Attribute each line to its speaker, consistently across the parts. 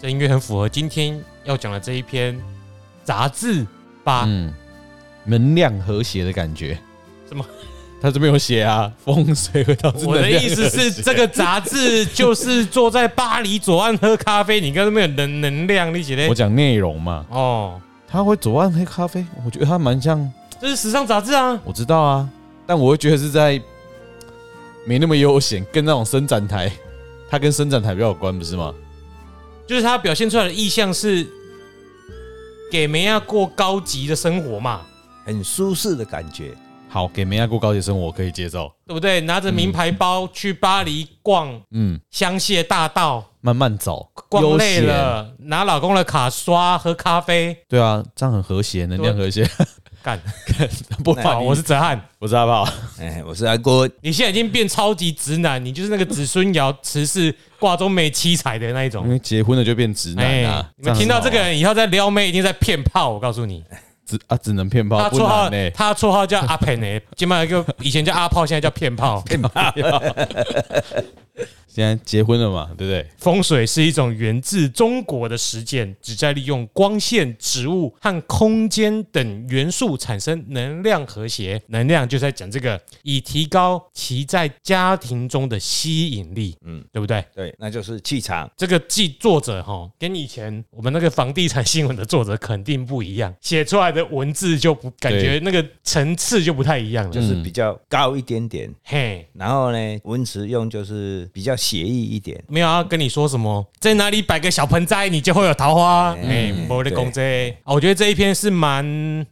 Speaker 1: 这音乐很符合今天要讲的这一篇杂志吧？
Speaker 2: 嗯，能量和谐的感觉。
Speaker 1: 什么？
Speaker 2: 他这边有写啊，风水会导致
Speaker 1: 我
Speaker 2: 能
Speaker 1: 的
Speaker 2: 量
Speaker 1: 意思
Speaker 2: 和
Speaker 1: 是，
Speaker 2: 谐
Speaker 1: 这个杂志就是坐在巴黎左岸喝咖啡，你跟那边有能能量，你觉
Speaker 2: 我
Speaker 1: 得？
Speaker 2: 讲内容嘛，
Speaker 1: 哦，
Speaker 2: 他会左岸黑咖啡，我觉得他蛮像，
Speaker 1: 这是时尚杂志啊，
Speaker 2: 我知道啊，但我会觉得是在没那么悠闲，跟那种伸展台，它跟伸展台比较有关，不是吗？
Speaker 1: 就是它表现出来的意象是给梅亚过高级的生活嘛，
Speaker 3: 很舒适的感觉。
Speaker 2: 好，给梅亚过高级生活我可以接受，
Speaker 1: 对不对？拿着名牌包去巴黎逛
Speaker 2: 嗯，
Speaker 1: 香榭大道，
Speaker 2: 慢慢走，
Speaker 1: 逛累
Speaker 2: 悠闲，
Speaker 1: 了，拿老公的卡刷喝咖啡，
Speaker 2: 对啊，这样很和谐，能量和谐，
Speaker 1: 干！
Speaker 2: 不
Speaker 1: 好，
Speaker 2: 然
Speaker 1: 我
Speaker 2: 我是
Speaker 1: 是哲翰，
Speaker 2: 我是阿炮，
Speaker 3: 哎，我是阿郭，
Speaker 1: 你现在已经变超级直男，你就是那个子孙爻词是挂中美七彩的那一
Speaker 2: 因
Speaker 1: 种。哎
Speaker 2: 为结婚了就变直男嗯啊，
Speaker 1: 你们听到这个
Speaker 2: 样很好啊
Speaker 1: 人以后在撩妹，一定在骗炮。我告诉你，
Speaker 2: 只啊只能骗
Speaker 1: 他
Speaker 2: 炮，不
Speaker 1: 绰号
Speaker 2: 难欸呢，
Speaker 1: 他绰号叫阿佩呢，今晚就以前叫阿欸炮，现在叫骗炮。
Speaker 2: 现在结婚了嘛，对不对？
Speaker 1: 风水是一种源自中国的实践，旨在利用光线、植物和空间等元素产生能量和谐。能量就在讲这个，以提高其在家庭中的吸引力，嗯
Speaker 3: 嗯，
Speaker 1: 对不对？
Speaker 3: 对，那就是气场。
Speaker 1: 这个记作者哈，跟以前我们那个房地产新闻的作者肯定不一样，写出来的文字就不感觉那个层次就不太一样了。
Speaker 3: 就是比较高一点点，
Speaker 1: 嘿，
Speaker 3: 然后呢，文词用就是比较写意一点。
Speaker 1: 没有要跟你说什么，在哪里摆个小盆栽，你就会有桃花。哎、
Speaker 3: 嗯
Speaker 1: 我的公这啊，我觉得这一篇是蛮，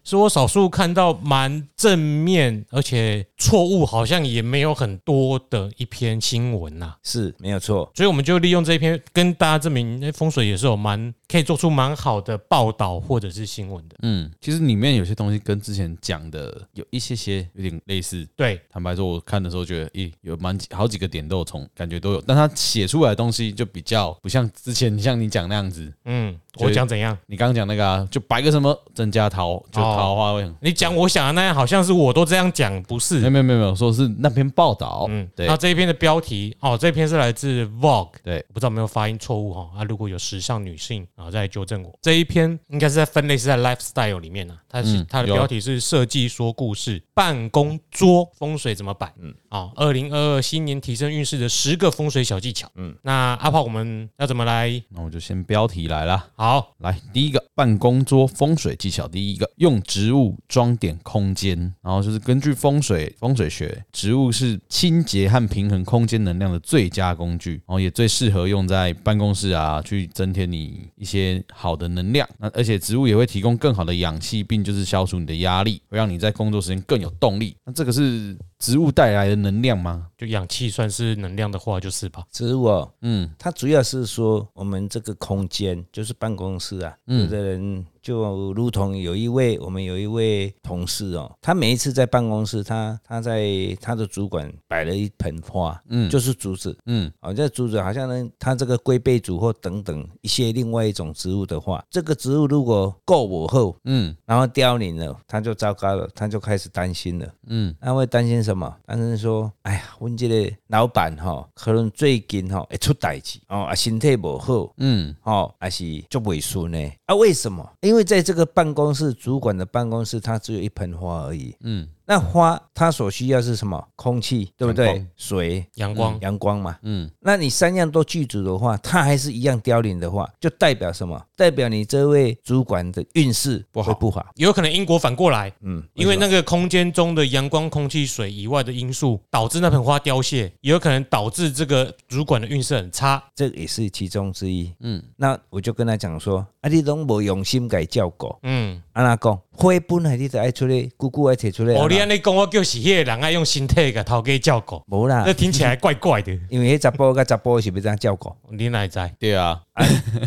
Speaker 1: 是我少数看到蛮正面，而且错误好像也没有很多的一篇新闻呐、
Speaker 3: 是没有错，
Speaker 1: 所以我们就利用这一篇跟大家证明，哎，风水也是有蛮可以做出蛮好的报道或者是新闻的。
Speaker 2: 嗯，其实里面有些东西跟之前讲的有一些些有点类似。
Speaker 1: 对，
Speaker 2: 坦白说，我看的时候觉得，咦，有蛮几好几个点都有重，感觉都有，但他写出来的东西就比较不像之前像你讲那样子。
Speaker 1: 嗯，
Speaker 2: 所以
Speaker 1: 我讲怎样，
Speaker 2: 你刚刚讲那个啊，就摆个什么增加桃，就
Speaker 1: 哦
Speaker 2: 桃花会很。
Speaker 1: 你讲我想的那样，好像是我都这样讲，不
Speaker 2: 没有
Speaker 1: 是？
Speaker 2: 没有没有没有，说是那篇报道，
Speaker 1: 嗯
Speaker 2: 嗯，，对
Speaker 1: 那，这一篇的标题哦，这一篇是来自 Vogue。
Speaker 2: 对，
Speaker 1: 我不知道有没有发音错误哈啊！如果有时尚女性啊，再来纠正我。这一篇应该是在分类是在 lifestyle 里面呢、啊，它是、
Speaker 2: 嗯
Speaker 1: 它的
Speaker 2: 有
Speaker 1: 标题是设计说故事，办公桌风水怎么摆？嗯啊，二零二二新年提升运势的十个风水小技巧。嗯，那阿炮我们要怎么来？
Speaker 2: 那我就先标题来啦。
Speaker 1: 好，
Speaker 2: 来，第一个办公桌风水技巧，第一个用植物装点空间，然后就是根据风水风水学，植物是清洁和平衡空间能量的最佳工具，然后也最适合用在办公室啊，去增添你一些好的能量。那而且植物也会提供更好的氧气，并就是消除你的压力，会让你在工作时间更有动力。那这个是植物带来的能量吗？
Speaker 1: 就氧气算是能量的话，就是吧。
Speaker 3: 植物哦，
Speaker 2: 嗯，
Speaker 3: 它主要是说我们这个空间就是办公室啊，有的人就如同有一位我们有一位同事哦，他每一次在办公室，他他在他的主管摆了一盆花，嗯，就是竹子，
Speaker 2: 嗯
Speaker 3: 嗯，哦，这竹子好像呢，它这个龟背竹或等等一些另外一种植物的话，这个植物如果够我后，
Speaker 2: 嗯
Speaker 3: 然后凋零了，他就糟糕了，他就开始担心了。
Speaker 2: 嗯，
Speaker 3: 他会担心什么？担心说，哎呀，阮这个老板吼、可能最近吼、会出代志哦，啊，身体不好。
Speaker 2: 嗯
Speaker 3: 哦，还是做尾数呢？啊，为什么？因为在这个办公室，主管的办公室，它只有一盆花而已。
Speaker 2: 嗯，
Speaker 3: 那花它所需要是什么？空气，对不
Speaker 2: 阳
Speaker 3: 对
Speaker 2: 光？
Speaker 3: 水、
Speaker 1: 阳光、
Speaker 3: 阳光嘛。
Speaker 2: 嗯，
Speaker 3: 那你三样都具足的话，它还是一样凋零的话，就代表什么？代表你这位主管的运势
Speaker 2: 不好
Speaker 3: 会不好。
Speaker 1: 有可能英国反过来，
Speaker 3: 嗯，
Speaker 1: 因为
Speaker 3: 什么
Speaker 1: 那个空间中的阳光、空气、水以外的因素，导致那盆花凋谢，也有可能导致这个主管的运势很差。
Speaker 3: 这也是其中之一。
Speaker 2: 嗯
Speaker 3: 嗯，那我就跟他讲说，啊，你拢无用心给照顾，
Speaker 1: 嗯，
Speaker 3: 安那讲，花本来你就爱出来，姑姑爱摕出来。
Speaker 1: 哦，你
Speaker 3: 啊
Speaker 1: 安尼讲，我就是迄个人爱用身体给头家照 顾，
Speaker 3: 无啦
Speaker 1: 这，听起来怪怪的。哦
Speaker 3: 因为迄十甫甲十甫是要怎照顾？
Speaker 1: 你哪会 知？
Speaker 2: 对啊，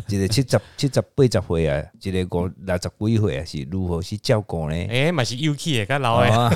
Speaker 3: 一个七十、七十八十岁啊，一个五六十几岁啊，是如何去照顾呢？
Speaker 1: 哎、嘛是有气的，较老的。
Speaker 3: 哦，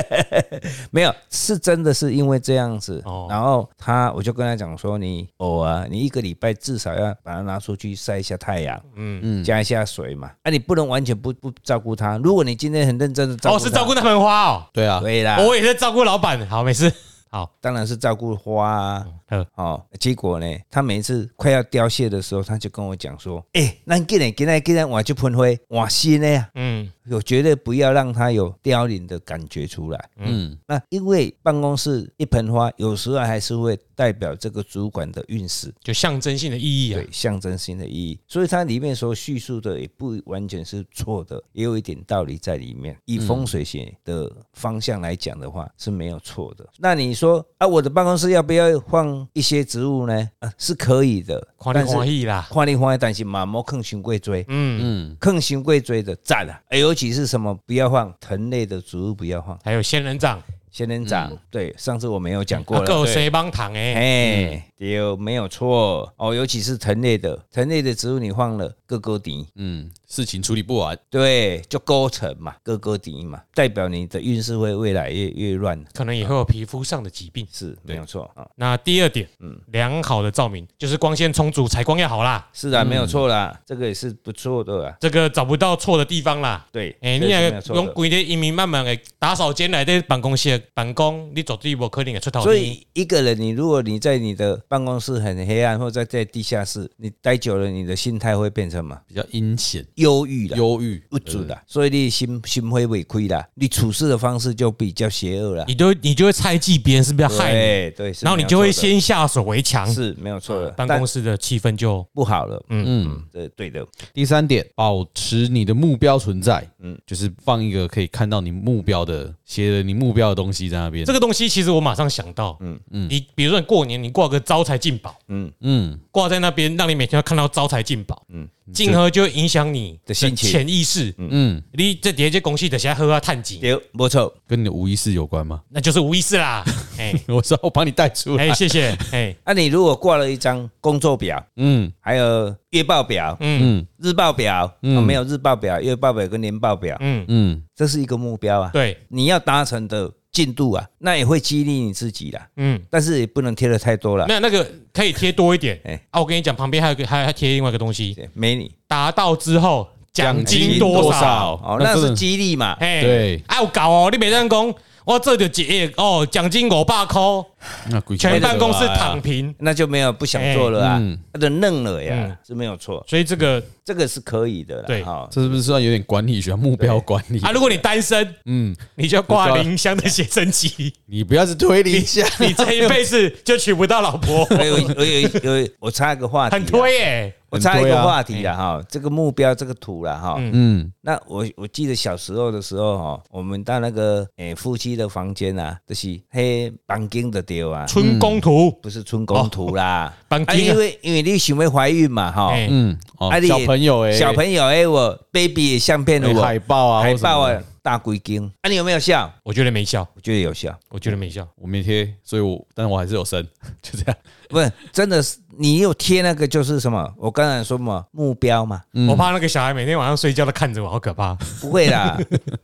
Speaker 3: 没有，是真的是因为这样子，
Speaker 1: 哦
Speaker 3: 然后他我就跟他讲说，你偶尔你一个礼拜至少要把它拿出去晒一下太阳，嗯嗯，加一下水嘛，啊，你不能完全不不照顾它。如果你今天很认真的照顾，
Speaker 1: 哦，是照顾，那盆花哦。
Speaker 2: 对啊，
Speaker 3: 对啦，
Speaker 1: 我也在照顾老板。好，没事。好，
Speaker 3: 当然是照顾花啊。
Speaker 1: 呃，
Speaker 3: 哦，结果呢，他每一次快要凋谢的时候，他就跟我讲说：“哎、咱今年今年今年我就喷灰，我新的啊呀，
Speaker 1: 嗯
Speaker 3: 我绝对不要让它有凋零的感觉出来。”
Speaker 2: 嗯，
Speaker 3: 那因为办公室一盆花，有时候还是会代表这个主管的运势，
Speaker 1: 就象征性的意义啊
Speaker 3: 对，象征性的意义。所以它里面所叙述的也不完全是错的，也有一点道理在里面。以风水学的方向来讲的话，是没有错的。那你说啊，我的办公室要不要放一些植物呢？啊，是可以的，
Speaker 1: 狂
Speaker 3: 但
Speaker 1: 欢
Speaker 3: 是
Speaker 1: 欢喜啦，
Speaker 3: 花里花外，但是马毛坑熊贵追。
Speaker 1: 嗯，
Speaker 3: 坑熊贵追的赞啊！哎尤其是什么不要放藤类的植物，不要放
Speaker 1: 还有仙人掌，
Speaker 3: 仙人掌。对，上次我没有讲
Speaker 1: 嗯
Speaker 3: 过
Speaker 1: 啊
Speaker 3: 了。
Speaker 1: 够
Speaker 3: 对
Speaker 1: 谁帮糖哎，
Speaker 3: 哎，对哦，没有错哦，尤其是藤类的，藤类的植物你放了各个顶，
Speaker 2: 嗯，事情处理不完，
Speaker 3: 对，就构成嘛，各个顶嘛，代表你的运势会越来越越乱，
Speaker 1: 可能也会有皮肤上的疾病。
Speaker 3: 是没有错啊，
Speaker 1: 那第二点，嗯，良好的照明就是光线充足，采光要好啦，
Speaker 3: 是啊，没有错啦，这个也是不错的啊，
Speaker 1: 这个找不到错的地方啦。
Speaker 3: 对，
Speaker 1: 哎、你
Speaker 3: 这个是没
Speaker 1: 也
Speaker 3: 有
Speaker 1: 用
Speaker 3: 错的。
Speaker 1: 规个移民慢慢的打扫间来的办公室的办公，你绝对无可能会出头天。
Speaker 3: 所以一个人，你如果你在你的办公室很黑暗，或者在地下室，你待久了，你的心态会变成嘛
Speaker 2: 比较阴险、
Speaker 3: 忧郁了、
Speaker 2: 忧郁，
Speaker 3: 不足了，所以你心心会委亏啦，你处事的方式就比较邪恶了。
Speaker 1: 你就你就会猜忌别人是不是要啊害你，
Speaker 3: 对对，是
Speaker 1: 然后你
Speaker 3: 没有
Speaker 1: 就会
Speaker 3: 错的
Speaker 1: 先下手为强，
Speaker 3: 是没有错的，
Speaker 1: 办
Speaker 3: 但
Speaker 1: 公室的气氛就
Speaker 3: 不好了。嗯，
Speaker 2: 嗯。
Speaker 3: 对对的，
Speaker 2: 第三点，保持你的目标存在，
Speaker 3: 嗯
Speaker 2: 嗯，就是放一个可以看到你目标的、写了你目标的东西在那边。
Speaker 1: 这个东西，其实我马上想到，嗯嗯，你比如说你过年你挂个招财进宝，
Speaker 3: 嗯
Speaker 2: 嗯，
Speaker 1: 挂在那边，让你每天要看到招财进宝，嗯，进而就会影响你
Speaker 3: 的心情
Speaker 1: 潜意识，嗯
Speaker 2: 嗯，
Speaker 1: 你这叠这公司等下喝啊探井，
Speaker 3: 对，没错，
Speaker 2: 跟你的无意识有关吗？
Speaker 1: 那就是无意识啦，哎
Speaker 2: 我说我帮你带出来
Speaker 1: 哎，，谢谢，哎，
Speaker 3: 那、啊你如果挂了一张工作表，
Speaker 2: 嗯
Speaker 3: 还有月报表、
Speaker 2: 嗯
Speaker 3: 日报表，哦，没有日报表、月报表跟年报表，
Speaker 1: 嗯，
Speaker 2: 嗯
Speaker 3: 这是一个目标啊，
Speaker 1: 对，
Speaker 3: 你要达成的进度啊，那也会激励你自己啦，
Speaker 1: 嗯，
Speaker 3: 但是也不能贴的太多了
Speaker 1: 没，有那个可以贴多一点
Speaker 3: 哎，
Speaker 1: 啊，我跟你讲，旁边还有个还还贴另外一个东西，
Speaker 3: 对没你
Speaker 1: 达到之后奖金
Speaker 2: 金
Speaker 1: 多
Speaker 2: 多
Speaker 1: 少
Speaker 2: 少？
Speaker 3: 哦，
Speaker 2: 那
Speaker 3: 那
Speaker 2: 真的
Speaker 3: 是激励嘛，
Speaker 1: 哎，
Speaker 2: 对
Speaker 1: 啊，有搞哦，你每当讲我这就结哦，奖金五百块，
Speaker 2: 嗯，那鬼怪
Speaker 1: 全
Speaker 2: 的
Speaker 1: 办公室躺
Speaker 2: 啦。
Speaker 1: 平，
Speaker 3: 那就没有不想做了啊，
Speaker 2: 嗯
Speaker 3: 那就愣了呀，
Speaker 1: 嗯
Speaker 3: 是没有错，
Speaker 1: 所以这个
Speaker 3: 这个是可以的啦，
Speaker 1: 对
Speaker 3: 哈
Speaker 2: 这是不是算有点管理学目标管理
Speaker 1: 啊，如果你单身，
Speaker 2: 嗯，
Speaker 1: 你就挂林香的写真集，
Speaker 2: 你不要是推理一下，
Speaker 1: 你这一辈子就娶不到老婆，
Speaker 3: 我有我有有我插一个话题啊，
Speaker 1: 很推耶。
Speaker 3: 我插一
Speaker 2: 很
Speaker 3: 个
Speaker 2: 多啊
Speaker 3: 话题啦哈，这个目标这个图啦哈。
Speaker 2: 嗯
Speaker 3: 那我我记得小时候的时候哈，我们到那个诶、夫妻的房间啊，就是嘿绑金的丢啊，
Speaker 1: 春宫图，
Speaker 3: 不是春宫图
Speaker 2: 哦
Speaker 3: 啦，
Speaker 1: 绑
Speaker 3: 啊
Speaker 1: 金啊
Speaker 3: 因为因为你想要怀孕嘛哈，
Speaker 1: 哎，
Speaker 2: 嗯，哦
Speaker 3: 啊，你
Speaker 2: 小朋友哎，
Speaker 3: 小朋友哎、我 baby 的相片
Speaker 2: 哎
Speaker 3: 我
Speaker 2: 海报啊，
Speaker 3: 海报
Speaker 2: 或什
Speaker 3: 啊
Speaker 2: 么的，
Speaker 3: 大龟金啊，你有没有笑？
Speaker 1: 我觉得没效，
Speaker 3: 我觉得有笑，
Speaker 1: 我觉得没效。
Speaker 2: 我没贴，所以我，但我还是有生， 就这样。
Speaker 3: 不是真的是你有贴那个就是什么？我刚才说嘛目标嘛，
Speaker 2: 嗯
Speaker 1: 我怕那个小孩每天晚上睡觉都看着我，好可怕。
Speaker 3: 不 会啦，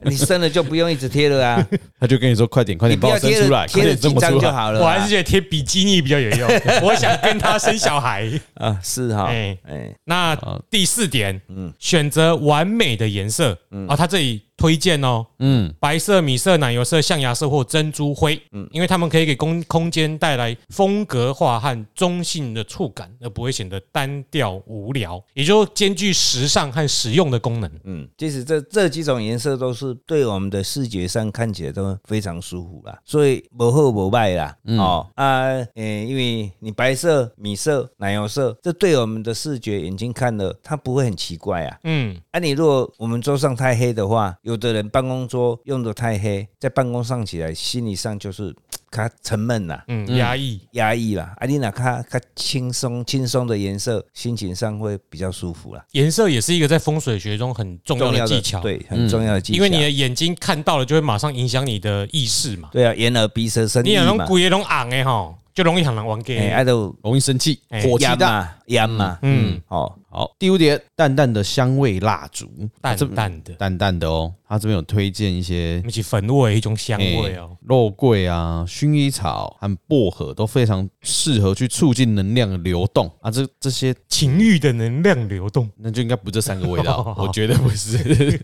Speaker 3: 你生了就不用一直贴了啊。
Speaker 2: 他就 跟你说：“快点，快
Speaker 3: 你
Speaker 2: 点，
Speaker 3: 不
Speaker 2: 帮
Speaker 3: 要
Speaker 2: 我生
Speaker 3: 贴
Speaker 2: 出
Speaker 3: 了
Speaker 2: 来，快
Speaker 3: 贴了
Speaker 2: 点
Speaker 3: 几
Speaker 2: 生我
Speaker 3: 张
Speaker 2: 出
Speaker 3: 就
Speaker 2: 来。
Speaker 3: 好了啦。
Speaker 1: 我还是觉得贴比基尼比较有用，我想跟他生小孩。
Speaker 3: 啊，是哈，
Speaker 1: 哎
Speaker 3: 哎、
Speaker 1: 那
Speaker 2: 好
Speaker 1: 第四点，选择完美的颜色啊，他这里推荐哦，”
Speaker 2: 嗯，
Speaker 1: 白色、米色、奶油色、象牙色或珍珠灰，因为它们可以给空空间带来风格化和中性的触感，而不会显得单调无聊，也就兼具时尚和实用的功能。
Speaker 3: 嗯，其实这这几种颜色都是对我们的视觉上看起来都非常舒服啦，所以不好不坏啦，
Speaker 1: 嗯
Speaker 3: 哦啊，诶、因为你白色、米色、奶油色，这对我们的视觉眼睛看了，它不会很奇 怪啊。
Speaker 1: 嗯，
Speaker 3: 啊，你如果我们桌上太黑的话，有的人办公桌用的太黑，在办公上起来，心理上就是他沉闷啦。
Speaker 1: 嗯，压抑。
Speaker 3: 压抑啦，啊，你哪看看轻松轻松的颜色，心情上会比较舒服啦。
Speaker 1: 颜色也是一个在风水学中很重要的技巧，，嗯
Speaker 3: 对，很重要的技巧。
Speaker 1: 因为你的眼睛看到了，就会马上影响你的意识嘛。
Speaker 3: 对啊，眼耳鼻舌身
Speaker 1: 你
Speaker 3: 意
Speaker 1: 也容
Speaker 3: 嘛，
Speaker 1: 鬼也容昂的吼，就容易很难玩 g
Speaker 3: 哎，啊都
Speaker 2: 容易生气，
Speaker 1: 哎
Speaker 2: 火气
Speaker 3: 烟
Speaker 2: 大。
Speaker 3: 嘛，烟嘛，
Speaker 1: 嗯，
Speaker 3: 哦，
Speaker 2: 好，第五点，淡淡的香味蜡烛，
Speaker 1: 淡
Speaker 2: 这
Speaker 1: 淡的，
Speaker 2: 淡淡的哦。他这边有推荐一些哎
Speaker 1: 我们起粉味一种香味哦。
Speaker 3: 哎
Speaker 2: 肉桂啊、薰衣草和薄荷都非常适合去促进能量的流动啊。这这些
Speaker 1: 情欲的能量流动，
Speaker 2: 那就应该不这三个味 道，我觉得不是。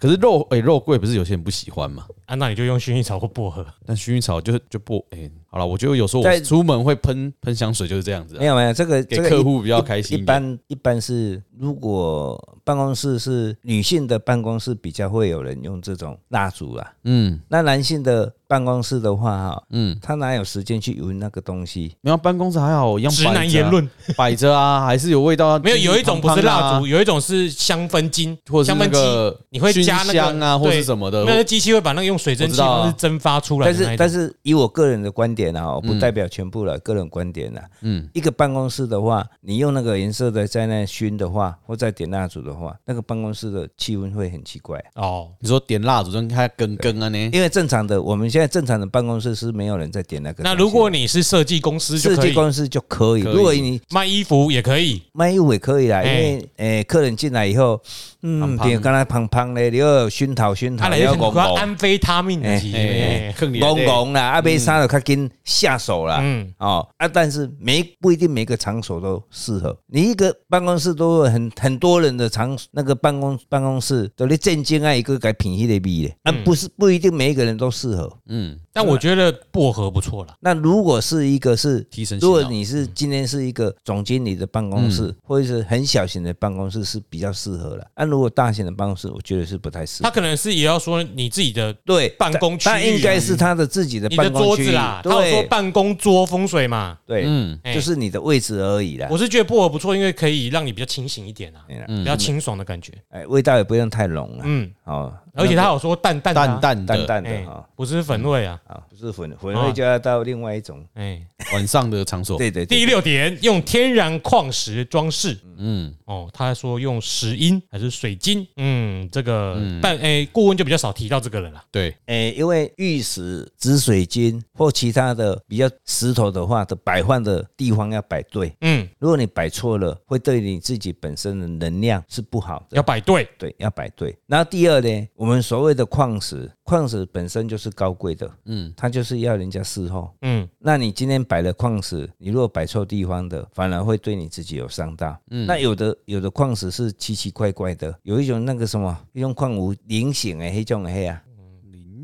Speaker 2: 可是肉诶、肉桂不是有些人不喜欢嘛？
Speaker 1: 啊，那你就用薰衣草或薄荷。
Speaker 2: 但薰衣草就是就不诶、好了，我觉得有时候
Speaker 3: 在
Speaker 2: 我出门会喷喷香水就是这样子啊、
Speaker 3: 没有没有，这个
Speaker 2: 给
Speaker 3: 这个
Speaker 2: 客
Speaker 3: 一
Speaker 2: 户比较
Speaker 3: 一
Speaker 2: 开心一点
Speaker 3: 一般一般是，如果办公室是女性的办公室，比较会有人用这种蜡烛啦。
Speaker 2: 嗯
Speaker 3: 那男性的办公室的话，哈，
Speaker 2: 嗯，
Speaker 3: 他哪有时间去闻那个东西？
Speaker 2: 没有办公室还好，一样
Speaker 1: 直
Speaker 2: 摆
Speaker 1: 男
Speaker 2: 着啊
Speaker 1: 言论
Speaker 2: 摆着啊，还是有味道啊。
Speaker 1: 没有，有一种不是
Speaker 3: 啊
Speaker 1: 蜡烛，
Speaker 2: 烛，
Speaker 1: 有一种是香氛精，
Speaker 2: 或者
Speaker 1: 香
Speaker 2: 是
Speaker 1: 氛
Speaker 2: 那
Speaker 1: 机。
Speaker 2: 个
Speaker 1: 你会加那
Speaker 2: 熏
Speaker 1: 个
Speaker 2: 香啊，或
Speaker 1: 对
Speaker 2: 是什么的，
Speaker 1: 那个机器会把那个用水蒸
Speaker 2: 我
Speaker 1: 气
Speaker 2: 知道啊
Speaker 1: 方式蒸发出来
Speaker 3: 但
Speaker 1: 的那
Speaker 3: 是
Speaker 1: 一种。
Speaker 3: 但是以我个人的观点啊，不
Speaker 2: 嗯
Speaker 3: 代表全部了，个人观点啦。
Speaker 2: 嗯，
Speaker 3: 一个办公室的话，你用那个颜色的在那熏的话，或再点蜡烛的话，那个办公室的气温会很奇怪。
Speaker 1: 哦，
Speaker 2: 你说点蜡烛，让它更更啊呢？
Speaker 3: 因为正常的，我们现在正常的办公室是没有人在点那个东西的。
Speaker 1: 那如果你是设计公司就
Speaker 3: 设
Speaker 1: 可
Speaker 3: 计
Speaker 1: 以
Speaker 3: 公司就可以，
Speaker 2: 可以
Speaker 3: 如果你
Speaker 1: 卖衣服也可以，
Speaker 3: 卖衣服也可以啦，因
Speaker 1: 哎
Speaker 3: 为诶客人进来以后，嗯，
Speaker 2: 香香
Speaker 3: 点跟他胖胖的，你要熏陶熏
Speaker 1: 他
Speaker 3: 陶，
Speaker 1: 来
Speaker 3: 哎要
Speaker 1: 就
Speaker 3: 拱
Speaker 1: 很
Speaker 3: 拱
Speaker 1: 多安非他命的
Speaker 3: 哎
Speaker 1: 机，
Speaker 2: 哎
Speaker 1: 哎，
Speaker 2: 坑你的
Speaker 3: 拱拱啦，啊，被杀了较紧下手啦。
Speaker 1: 嗯，
Speaker 3: 哦啊，但是每不一定每个场所都适合。你一个办公室都有很很多人的场，那个办公办公室都你正经啊一个改品系的味的，啊
Speaker 1: 嗯
Speaker 3: 不是不一定每一个人都适合。
Speaker 2: 嗯，
Speaker 1: 但我觉得薄荷不错啦。
Speaker 3: 那如果是一个是
Speaker 2: 提神醒
Speaker 3: 如
Speaker 2: 脑
Speaker 3: 果
Speaker 1: 啊
Speaker 3: 你是
Speaker 1: 嗯
Speaker 3: 今天是一个总经理的办公室，或者是很小型的办公室是比较适合了。那、啊如果大型的办公室，我觉得是不太适
Speaker 1: 他
Speaker 3: 合。
Speaker 1: 可能是也要说你自己的
Speaker 3: 对，
Speaker 1: 办公区域
Speaker 3: 他应该是他的自己的
Speaker 1: 你的
Speaker 3: 办公
Speaker 1: 桌
Speaker 3: 区域
Speaker 1: 子啦，他有说
Speaker 3: 对
Speaker 1: 办公桌风水嘛，
Speaker 3: 对，
Speaker 2: 嗯
Speaker 1: 哎
Speaker 3: 就是你的位置而已啦
Speaker 1: 我。是觉得薄荷不错，因为可以让你比较清醒一点啊，
Speaker 3: 哎呀
Speaker 1: 比较清爽的感觉。
Speaker 3: 哎，味道也不用太浓了。
Speaker 1: 嗯，
Speaker 3: 哦，
Speaker 1: 而且他有说淡淡的啊
Speaker 2: 淡淡
Speaker 3: 淡
Speaker 2: 的
Speaker 3: 淡的
Speaker 1: 哎
Speaker 3: 哈，
Speaker 1: 不是粉味啊，
Speaker 3: 啊，不是混混
Speaker 1: 哦
Speaker 3: 会就要到另外一种。
Speaker 1: 哎。
Speaker 2: 晚上的场所，
Speaker 3: 对对，对
Speaker 1: 第六点，用天然矿石装饰。
Speaker 2: 嗯，
Speaker 1: 哦，他说用石英还是水晶？嗯，这个，但诶，顾问就比较少提到这个人啦。
Speaker 2: 对，
Speaker 3: 诶，哎因为玉石、紫水晶或其他的比较石头的话的摆放的地方要摆对，
Speaker 1: 嗯，
Speaker 3: 如果你摆错了，会对你自己本身的能量是不好的。
Speaker 1: 要摆对，
Speaker 3: 对，要摆对。然后第二呢，我们所谓的矿石，矿石本身就是高贵的，
Speaker 2: 嗯，
Speaker 3: 它就是要人家伺候。
Speaker 1: 嗯，
Speaker 3: 那你今天摆了矿石，你如果摆错地方的，反而会对你自己有伤大。嗯，那有的有的矿石是奇奇怪怪的，有一种那个什么，一种矿物菱形的，黑种的黑啊，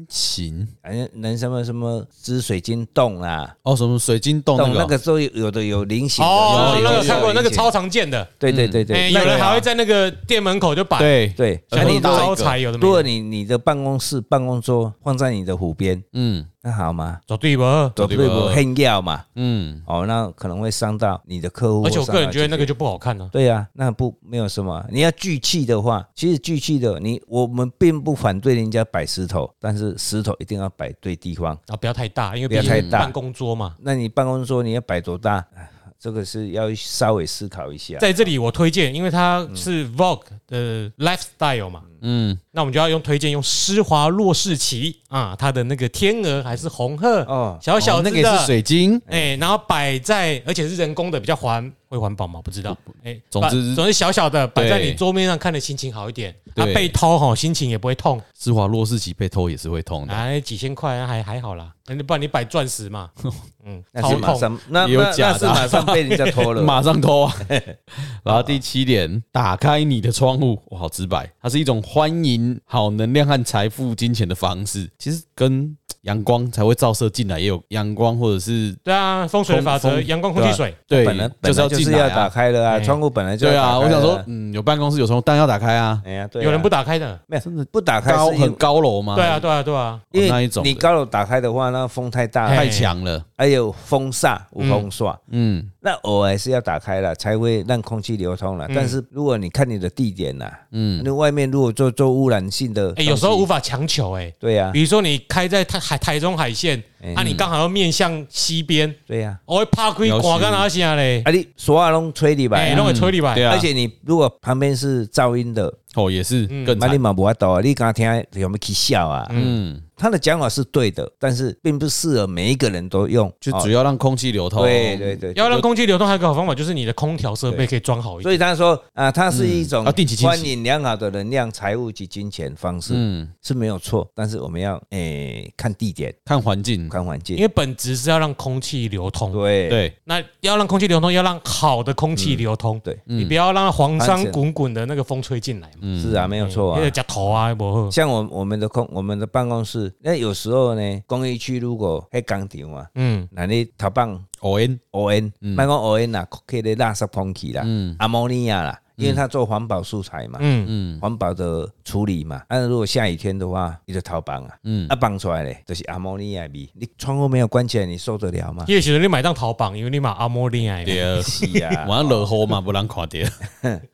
Speaker 2: 行
Speaker 3: 反正人什么什么紫水晶洞啦，
Speaker 2: 哦，什么水晶洞
Speaker 3: 洞那
Speaker 2: 个
Speaker 3: 个都有有的有菱形的，
Speaker 1: 哦，
Speaker 3: 有的
Speaker 1: 那
Speaker 3: 有
Speaker 1: 个看过，
Speaker 3: 有
Speaker 1: 那个
Speaker 3: 菱形
Speaker 1: 超嗯常见的，
Speaker 3: 对对对对，啊
Speaker 1: 诶，
Speaker 3: 那
Speaker 1: 有
Speaker 3: 个
Speaker 1: 人还会在那个店门口就摆，，
Speaker 2: 对，
Speaker 3: 对，
Speaker 2: 小
Speaker 3: 那
Speaker 1: 想
Speaker 3: 你
Speaker 1: 说
Speaker 3: 如
Speaker 2: 大
Speaker 1: 招
Speaker 3: 果
Speaker 1: 财有的没
Speaker 3: 如果
Speaker 1: 有，
Speaker 3: 你你的办公室办公桌放在你的湖边，
Speaker 2: 嗯
Speaker 3: 那好吗？
Speaker 1: 走对不？
Speaker 3: 对不对？我很要嘛，
Speaker 2: 嗯，
Speaker 3: 哦，那可能会伤到你的客户。
Speaker 1: 而且我个人觉得那个
Speaker 3: 就
Speaker 1: 就不好看呢。
Speaker 3: 对啊，那不没有什么。你要聚气的话，其实聚气的你我们并不反对人家摆石头，但是石头一定要摆对地方。
Speaker 1: 啊，不要太大，因为
Speaker 3: 不要
Speaker 1: 毕竟
Speaker 3: 太大
Speaker 1: 办公桌嘛。
Speaker 3: 那你办公桌你要摆多大？啊这个是要稍微思考一
Speaker 2: 啊
Speaker 3: 下。
Speaker 1: 在这里我推荐，因为它是 Vogue 的 lifestyle 嘛，
Speaker 2: 嗯，
Speaker 1: 那我们就要用推荐用施华洛世奇啊，它的那个天鹅还是红鹤，
Speaker 3: 哦，
Speaker 1: 小小
Speaker 2: 哦
Speaker 1: 只
Speaker 2: 那
Speaker 1: 的
Speaker 2: 个也是水晶，
Speaker 1: 哎、然后摆在，而且是人工的，比较环会环保吗？不知道。哎、
Speaker 2: 总
Speaker 1: 摆
Speaker 2: 之
Speaker 1: 总之小小的摆在
Speaker 2: 对
Speaker 1: 你桌面上，看的心情好一点。啊，
Speaker 2: 对
Speaker 1: 被偷吼，心情也不会痛，
Speaker 2: 施华洛世奇被偷也是会痛的，
Speaker 1: 哎、几千块还还好啦。那不然你摆钻石 嘛，嗯，
Speaker 3: 那
Speaker 1: 超
Speaker 3: 是马
Speaker 1: 痛。
Speaker 3: 上，那
Speaker 2: 也有
Speaker 3: 那
Speaker 2: 假
Speaker 3: 那是
Speaker 2: 的啊
Speaker 3: 马上被人家拖了。
Speaker 2: 马上偷啊。然后第七点，打开你的窗户，哇，好直白，它是一种欢迎好能量和财富、金钱的方式。其实跟阳光才会照射进来，也有阳光或者是
Speaker 1: 对啊，风水法则，
Speaker 2: 风
Speaker 1: 阳光、空气、水。
Speaker 2: 对
Speaker 3: 啊本来，
Speaker 2: 就
Speaker 3: 本
Speaker 2: 是
Speaker 3: 来
Speaker 2: 要
Speaker 3: 就是
Speaker 2: 进
Speaker 3: 要
Speaker 2: 来
Speaker 3: 打
Speaker 2: 啊。
Speaker 3: 开了啊，
Speaker 1: 哎
Speaker 3: 窗户本来就要
Speaker 2: 对啊，
Speaker 3: 打
Speaker 2: 我
Speaker 3: 开
Speaker 2: 想说
Speaker 3: 了，
Speaker 2: 嗯，有办公室有窗户，当然要打开啊。
Speaker 3: 哎呀，对啊，
Speaker 1: 有人不打开的，
Speaker 3: 没有不打开
Speaker 2: 高
Speaker 3: 是因为
Speaker 2: 很高楼吗？
Speaker 1: 对啊，，对啊，对啊，
Speaker 3: 因
Speaker 2: 哦那一
Speaker 3: 为
Speaker 2: 种的
Speaker 3: 你高楼打开的话，那风太大，
Speaker 1: 嘿
Speaker 2: 太强了。
Speaker 3: 还有风煞、无风煞，
Speaker 2: 嗯
Speaker 3: 那偶尔是要打开了才会让空气流通了。但是如果你看你的地点呐，
Speaker 2: 嗯，
Speaker 3: 那外面如果做做污染性的东
Speaker 1: 哎、
Speaker 3: 西，
Speaker 1: 有时候无法强求、哎、
Speaker 3: 对呀
Speaker 1: 比，如说你开在台海台中海线，
Speaker 3: 啊哎
Speaker 1: 啊，你刚好要面向西边，
Speaker 3: 对呀，
Speaker 1: 我会怕鬼
Speaker 2: 了解
Speaker 1: 刮干哪下嘞
Speaker 3: 啊，你所有拢吹你吧，
Speaker 1: 哎，弄个吹你吧。
Speaker 2: 对啊，
Speaker 3: 而且你如果旁边是噪音的，
Speaker 2: 哦也是更
Speaker 3: 那你
Speaker 2: 惨。
Speaker 3: 嘛无法度啊，你刚听有没有起笑啊？
Speaker 2: 嗯，
Speaker 3: 他的讲法是对的，但是并不适合每一个人都用，
Speaker 2: 就
Speaker 3: 哦
Speaker 2: 只要让空气流通。
Speaker 3: 对对对，
Speaker 1: 要让空气流通，还有一个好方法就是你的空调设备
Speaker 3: 对
Speaker 1: 可以装好一点。
Speaker 3: 所以他说啊，它是一
Speaker 2: 嗯
Speaker 3: 种
Speaker 2: 要定期清洗
Speaker 3: 欢迎良好的能量、财务及金钱方式、
Speaker 2: 嗯，
Speaker 3: 是没有错，但是我们要诶、看地点、
Speaker 2: 看环境。
Speaker 3: 看环
Speaker 1: 因
Speaker 3: 境。
Speaker 1: 为本质是要让空气流通，
Speaker 2: 嗯
Speaker 3: 对嗯
Speaker 2: 对，
Speaker 1: 那要让空气流通，要让好的空气流通，
Speaker 3: 对
Speaker 1: 你不要让黄
Speaker 3: 安
Speaker 1: 山
Speaker 3: 全
Speaker 1: 滚滚的那个风吹进来
Speaker 2: 嗯
Speaker 1: 嘛，
Speaker 3: 是啊，没有错啊
Speaker 1: 那。个夹头啊，不
Speaker 3: 像我我们的空我们的办公室，那有时候呢，公益区如果喺工厂啊，
Speaker 1: 嗯，
Speaker 3: 那你头棒
Speaker 2: 哦，N，
Speaker 3: O N，卖讲 O N 啦，可以垃圾空气
Speaker 2: 嗯
Speaker 3: 啦，阿莫尼亚啦，因为它做环保素材嘛，
Speaker 1: 嗯
Speaker 3: 嗯，环保的处理嘛。但是如果下雨天的话，你就头棒啊，
Speaker 2: 嗯
Speaker 3: 嗯，啊棒出来嘞，就是阿莫尼亚味，你窗户没有关起来，你受得 了吗？
Speaker 1: 也许你买当淘宝，因为你买阿莫利亚。
Speaker 2: 对，
Speaker 3: 是啊，
Speaker 2: 晚上落雨嘛，不让看到。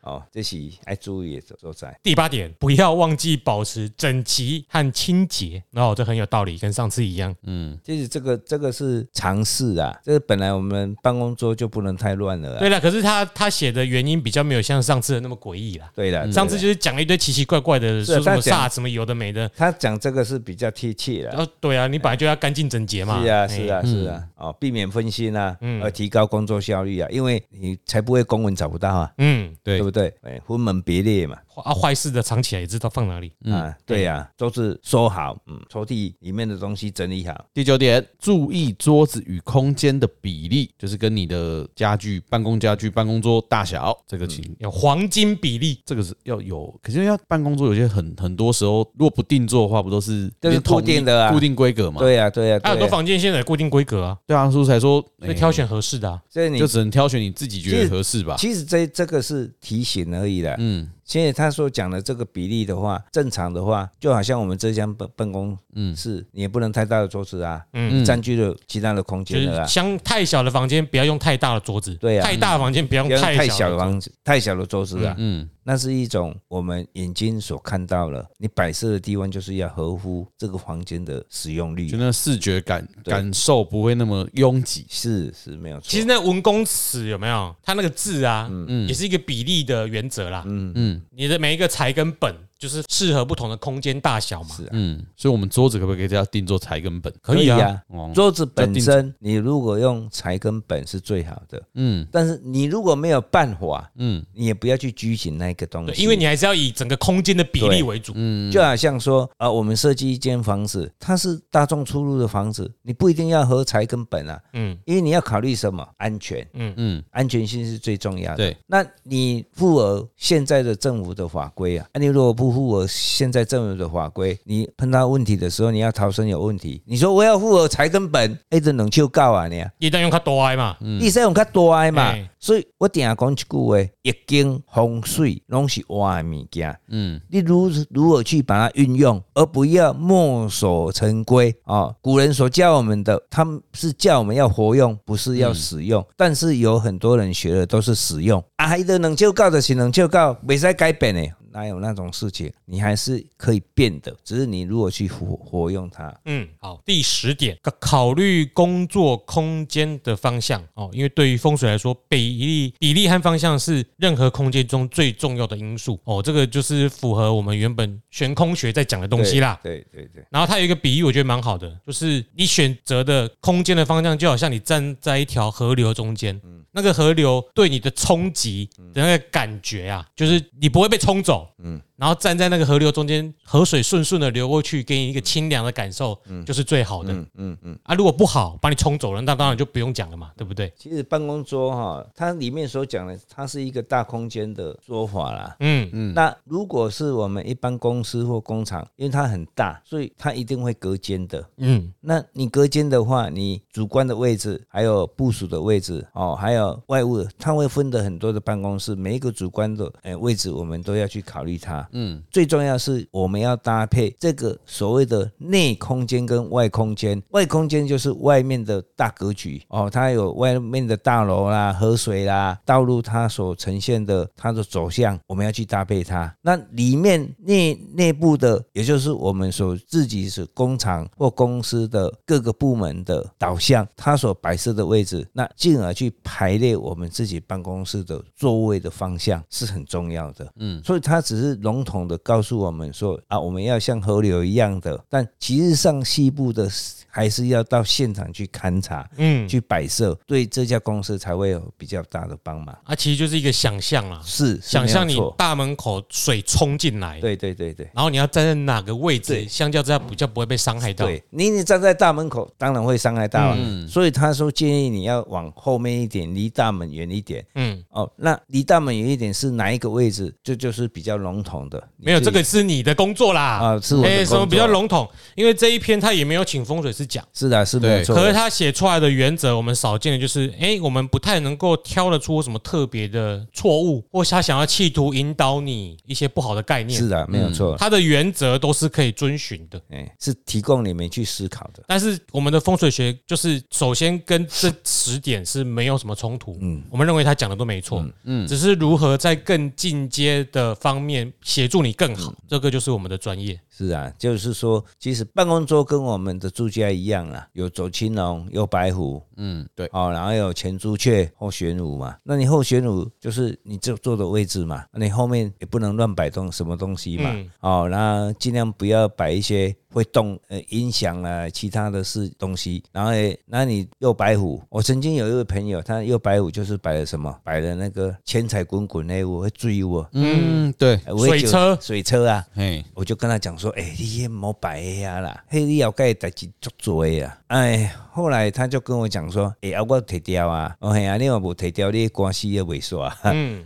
Speaker 3: 哦，这是要注意的所在。
Speaker 1: 第八点，不要忘记保持整齐和清洁。哦，这很有道理，跟上次一样。
Speaker 3: 嗯就是这个这个是尝试啊，这个本来我们办公桌就不能太乱了啊。
Speaker 1: 对了，可是他他写的原因比较没有像上次的那么诡异啦。
Speaker 3: 对了，
Speaker 1: 上次就是讲了一堆奇奇怪怪的，
Speaker 3: 嗯是啊
Speaker 1: 说什么
Speaker 3: 他讲
Speaker 1: 煞什么有的没的。
Speaker 3: 他讲这个是比较贴切
Speaker 1: 然
Speaker 3: 的。
Speaker 1: 后对啊，你本来就要干净整洁嘛。
Speaker 3: 是啊，
Speaker 1: 哎
Speaker 3: 是啊，是啊，哦，避免分心啊，而提高工作效率啊，因为你才不会公文找不到啊，
Speaker 1: 嗯，
Speaker 2: 对
Speaker 3: 对不对？哎，分门别类嘛，
Speaker 1: 啊，坏事的藏起来也知道放哪里。
Speaker 3: 啊，对呀、啊，都是收好，嗯，抽屉里面的东西整理好，
Speaker 2: 第九点，注意桌子与空间的比例，就是跟你的家具、办公家具、办公桌大小这个情。
Speaker 3: 嗯
Speaker 1: 有黄金比例，
Speaker 2: 这个是要有，可是要办公桌有些很很多时候，如果不定做的话，不都是
Speaker 3: 这是
Speaker 2: 有点统一
Speaker 3: 固定的啊
Speaker 2: 固定规格嘛？
Speaker 3: 对呀、啊，对呀、啊，
Speaker 1: 还有很
Speaker 3: 对
Speaker 1: 多
Speaker 3: 啊，
Speaker 1: 房间现在有固定规格啊，
Speaker 2: 对啊，所以才说
Speaker 1: 所以
Speaker 2: 哎
Speaker 1: 挑选合适的啊。
Speaker 3: 所以你
Speaker 2: 就只能挑选你自己觉得合适吧。
Speaker 3: 其实这这个是提醒而已啦。
Speaker 2: 嗯，
Speaker 3: 现在他所讲的这个比例的话，正常的话，就好像我们浙江办办公室，你也不能太大的桌子啊，
Speaker 1: 嗯
Speaker 3: 嗯，占据了其他的空
Speaker 1: 就
Speaker 3: 间了
Speaker 1: 是
Speaker 3: 啦。
Speaker 1: 像太小的房间，不要用太大的桌子；
Speaker 3: 对啊
Speaker 1: 太大的房间不要
Speaker 3: 不
Speaker 1: 用
Speaker 3: 要
Speaker 1: 太
Speaker 3: 太
Speaker 1: 小
Speaker 3: 小
Speaker 1: 的
Speaker 3: 的
Speaker 1: 房
Speaker 3: 房子，太小的桌子啊，
Speaker 2: 嗯，
Speaker 3: 那是一种我们眼睛所看到了，你摆设的地方就是要合乎这个房间的使用率
Speaker 2: 就，那视觉感
Speaker 3: 对
Speaker 2: 感受不会那么拥挤。
Speaker 3: 是是没有错。
Speaker 1: 其实那文公尺有没有？它那个字啊，
Speaker 3: 嗯
Speaker 1: 也是一个比例的原则啦。嗯嗯，你的每一个材跟本就是适合不同的空间大小嘛。
Speaker 3: 是啊
Speaker 2: 嗯，所以我们桌子可不可以给它定做裁根本？
Speaker 1: 可以啊
Speaker 2: 哦，
Speaker 3: 桌子本身，你如果用裁跟本是最好的，
Speaker 2: 嗯
Speaker 3: 但是你如果没有办法，
Speaker 2: 嗯，
Speaker 3: 你也不要去拘谨那个东
Speaker 1: 对，
Speaker 3: 西，
Speaker 1: 因为你还是要以整个空间的比例
Speaker 3: 对
Speaker 1: 为主。
Speaker 3: 就好像说啊、我们设计一间房子，它是大众出入的房子，你不一定要合财跟本啊，
Speaker 1: 嗯
Speaker 3: 因为你要考虑什么安全，
Speaker 1: 嗯
Speaker 2: 嗯，
Speaker 3: 安全性是最重要的。
Speaker 2: 对，
Speaker 3: 那你符合现在的政府的法规啊，那你如果不符合现在政府的法规，你碰到问题的时候，你要逃生有问题，你说我要符合财跟本，哎，这能就告啊你啊，
Speaker 1: 一旦用它多挨嘛，
Speaker 3: 你使用较大的嘛
Speaker 1: 哎，
Speaker 3: 所以我定下讲一句话，易经风水拢是活的物件，
Speaker 2: 嗯，
Speaker 3: 你如如何去把它运用，而不要墨守成规啊、哦古人所教我们的，他们是叫我们要活用，不是要使
Speaker 1: 嗯
Speaker 3: 用。但是有很多人学的都是使用啊，还得能就告的是能就告，没再改变呢。哪有那种事情？你还是可以变的，只是你如果去活活用它，
Speaker 1: 嗯，好，第十点，考考虑工作空间的方向哦，因为对于风水来说，比例、比例和方向是任何空间中最重要的因素哦。这个就是符合我们原本悬空学在讲的东西啦。
Speaker 3: 对对对，
Speaker 1: 然后它有一个比喻，我觉得蛮好的，就是你选择的空间的方向，就好像你站在一条河流中间，
Speaker 3: 嗯
Speaker 1: 那个河流对你的冲击的那个感觉啊，
Speaker 3: 嗯
Speaker 1: 就是你不会被冲走，嗯，然后站在那个河流中间，河水顺顺的流过去，给你一个清凉的感受，就是最好的，
Speaker 3: 嗯嗯。
Speaker 1: 啊。如果不好，把你冲走了，那当然就不用讲了嘛，对不对？
Speaker 3: 其实办公桌哈，它里面所讲的，它是一个大空间的说法啦。
Speaker 1: 嗯，
Speaker 3: 嗯，那如果是我们一般公司或工厂，因为它很大，所以它一定会隔间的。
Speaker 1: 嗯，
Speaker 3: 那你隔间的话，你主观的位置，还有部署的位置，哦，还有外务，它会分的很多的办公室，每一个主观的诶位置，我们都要去考虑它。嗯，最重要是我们要搭配这个所谓的内空间跟外空间，外空间就是外面的大格局哦，它有外面的大楼啦、河水啦、道路，它所呈现的它的走向，我们要去搭配它。那里面内内部的，也就是我们所自己是工厂或公司的各个部门的导向，它所摆设的位置，那进而去排列我们自己办公室的座位的方向是很重要的。嗯，所以它只是笼笼统的告诉我们说啊，我们要像河流一样的，但其实上西部的还是要到现场去勘察、
Speaker 1: 嗯，
Speaker 3: 去摆设，对这家公司才会有比较大的帮忙。
Speaker 1: 啊，其实就是一个想象啦，
Speaker 3: 是，是
Speaker 1: 想象你
Speaker 3: 没
Speaker 1: 哎
Speaker 3: 有错
Speaker 1: 大门口水冲进来，
Speaker 3: 对对对对。
Speaker 1: 然后你要站在哪个位置，
Speaker 3: 对
Speaker 1: 相较之下比较不会被伤害到。
Speaker 3: 对，你你站在大门口，当然会伤害到啊。
Speaker 1: 嗯
Speaker 3: 所以他说建议你要往后面一点，离大门远一点。
Speaker 1: 嗯，
Speaker 3: 哦，那离大门远一点是哪一个位置？这就是比较笼统的。你
Speaker 1: 没有
Speaker 3: 自
Speaker 1: 这
Speaker 3: 己
Speaker 1: 个是你的工作啦。
Speaker 3: 啊，是我的
Speaker 1: 哎，
Speaker 3: 工
Speaker 1: 什么比较
Speaker 3: 作
Speaker 1: 笼统？因为这一篇他也没有请风水师讲。
Speaker 3: 是的，是
Speaker 2: 对
Speaker 3: 没错。
Speaker 1: 可是他写出来的原则，我们少见的就是，哎、我们不太能够挑得出什么特别的错误，或是他想要企图引导你一些不好的概
Speaker 3: 是啊
Speaker 1: 念。
Speaker 3: 的，没有错。
Speaker 1: 他的原则都是可以遵循的，
Speaker 3: 哎，是提供你们去思考的。
Speaker 1: 但是我们的风水学就是首先跟这十点是没有什么冲突。嗯，我们认为他讲的都没错，嗯，只是如何在更进阶的方面协助你更
Speaker 3: 嗯
Speaker 1: 好，这个就是我们的专业。
Speaker 3: 是啊，就是说，其实办公桌跟我们的住家一样啦，有走青龙，有白虎，
Speaker 2: 嗯，对，
Speaker 3: 哦，然后有前朱雀、后玄武嘛。那你后玄武就是你就坐的位置嘛，那你后面也不能乱摆动什么东西嘛。
Speaker 1: 嗯
Speaker 3: 哦，那尽量不要摆一些会动呃音响啦、其他的事东西。然后诶，那你右白虎，我曾经有一位朋友，他右白虎就是摆了什么？摆了那个钱财滚滚那我会追我。
Speaker 2: 嗯，对，
Speaker 3: 呃我也
Speaker 1: 水
Speaker 3: 就
Speaker 1: 车
Speaker 3: 水车啊，
Speaker 2: 嘿，
Speaker 3: 我就跟他讲说，哎、欸，你也莫摆呀啊啦，嘿，你要盖代志足多的啦。哎，后来他就跟我讲说，哎、欸，啊，我提掉啊，哦嘿啊，你若无提掉，你的官司也袂煞 啊，
Speaker 1: 嗯，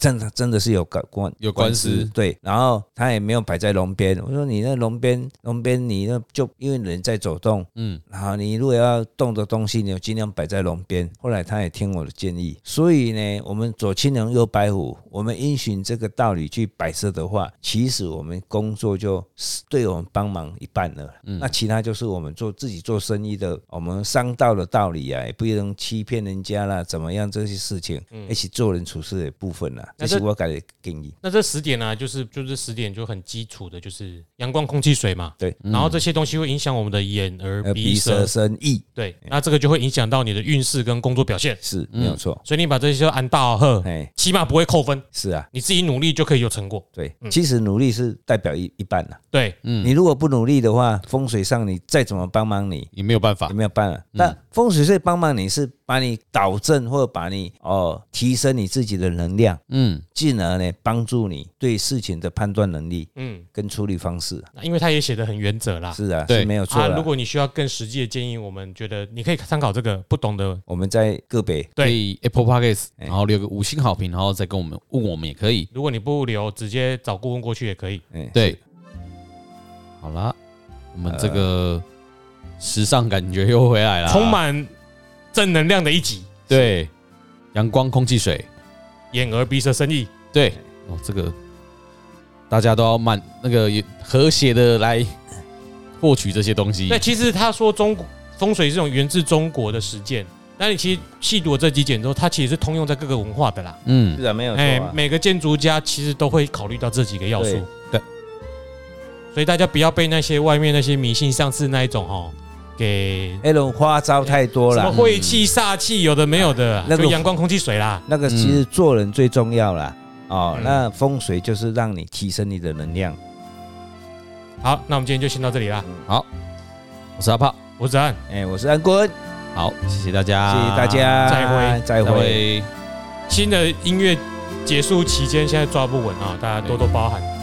Speaker 3: 真的真的是有官官
Speaker 2: 有官司
Speaker 3: 对，然后他也没有摆在龙边，我说你那龙边龙边，你那就因为人在走动，
Speaker 2: 嗯，
Speaker 3: 然后你如果要动的东西，你就尽量摆在龙边。后来他也听我的建议，所以呢，我们左青龙右白虎，我们因循这个道理去摆设的话，其实我们工作就是对我们帮忙一半了。
Speaker 1: 嗯
Speaker 3: 那其他就是我们做自己做生意的，我们商道的道理啊，也不能欺骗人家啦，怎么样这些事情，一起做人处事的部分啦，
Speaker 1: 嗯那
Speaker 3: 这
Speaker 1: 这
Speaker 3: 是我给的建议。
Speaker 1: 那这十点呢、就是就是十点就很基础的，就是阳光、空气、水嘛。
Speaker 3: 对，
Speaker 1: 然后这些东西会影响我们的眼、耳、
Speaker 3: 嗯呃，
Speaker 1: 鼻、
Speaker 3: 鼻
Speaker 1: 舌
Speaker 3: 舌。哎生意
Speaker 1: 对，那这个就会影响到你的运势跟工作表现。
Speaker 3: 是没有错，
Speaker 1: 所以你把这些都按到呵，
Speaker 3: 哎，
Speaker 1: 起码不会扣分，
Speaker 3: 是啊，
Speaker 1: 你自己努力就可以有成果。
Speaker 3: 对，其实努力是代表一一半啦。
Speaker 1: 对，
Speaker 3: 你如果不努力的话，风水上你再怎么帮忙你，
Speaker 2: 也没有办法
Speaker 1: 啊
Speaker 3: 也，没有办
Speaker 1: 嗯
Speaker 3: 法。那风水是帮忙你是把你导正，或者把你哦提升你自己的能量，
Speaker 2: 嗯，
Speaker 3: 进而呢帮助你对事情的判断能力
Speaker 1: 嗯，
Speaker 3: 跟处理方式。啊
Speaker 1: 那因为他也写的很原则啦。
Speaker 3: 是啊，
Speaker 2: 对
Speaker 3: 是没有错
Speaker 1: 啊，
Speaker 3: 啦
Speaker 1: 如果你需要更实际的建议，我们觉得你可以参考这个不懂的。
Speaker 3: 我们在个别
Speaker 1: 对
Speaker 2: 可以 Apple Podcast，
Speaker 3: 哎
Speaker 2: 然后留个五星好评，然后再跟我们问我们也可以，
Speaker 1: 如果你不留，直接找顾问过去也可以。
Speaker 3: 哎
Speaker 2: 对，好啦，我们这
Speaker 3: 呃
Speaker 2: 个时尚感觉又回
Speaker 3: 啊
Speaker 2: 来了，
Speaker 1: 充满正能量的一集，
Speaker 2: 对阳光、空气、水，
Speaker 1: 眼耳鼻舌身意。
Speaker 3: 哎
Speaker 2: 对哦，这个大家都要慢那个和谐的来获取这些东西
Speaker 1: 那，其实他说中国风水这种源自中国的实践，那你其实细读了这几点之后，它其实是通用在各个文化的啦。
Speaker 2: 嗯
Speaker 3: 是，啊，没有错
Speaker 1: 哎、
Speaker 3: 啊。
Speaker 1: 每个建筑家其实都会考虑到这几个要素。
Speaker 2: 对，
Speaker 1: 所以大家不要被那些外面那些迷信，上次那一种哦，给
Speaker 3: 那种花招太多
Speaker 1: 哎什么
Speaker 3: 了，
Speaker 1: 晦气、煞气，有的没有的，
Speaker 3: 那个
Speaker 1: 就阳光、空气、水啦。
Speaker 3: 那个其实做人最重要啦。哦
Speaker 1: 嗯，
Speaker 3: 那风水就是让你提升你的能量。
Speaker 1: 好，那我们今天就先到这里啦。
Speaker 3: 嗯
Speaker 2: 我是阿炮，
Speaker 1: 我是子安，
Speaker 3: 哎，我是安坤，谢
Speaker 2: 好，谢谢大家，
Speaker 3: 谢大，家，
Speaker 1: 啊再会
Speaker 3: 再
Speaker 2: 再
Speaker 3: 会。
Speaker 2: 会。
Speaker 1: 新的音乐结束期间现在抓不稳啊，大家多多包涵。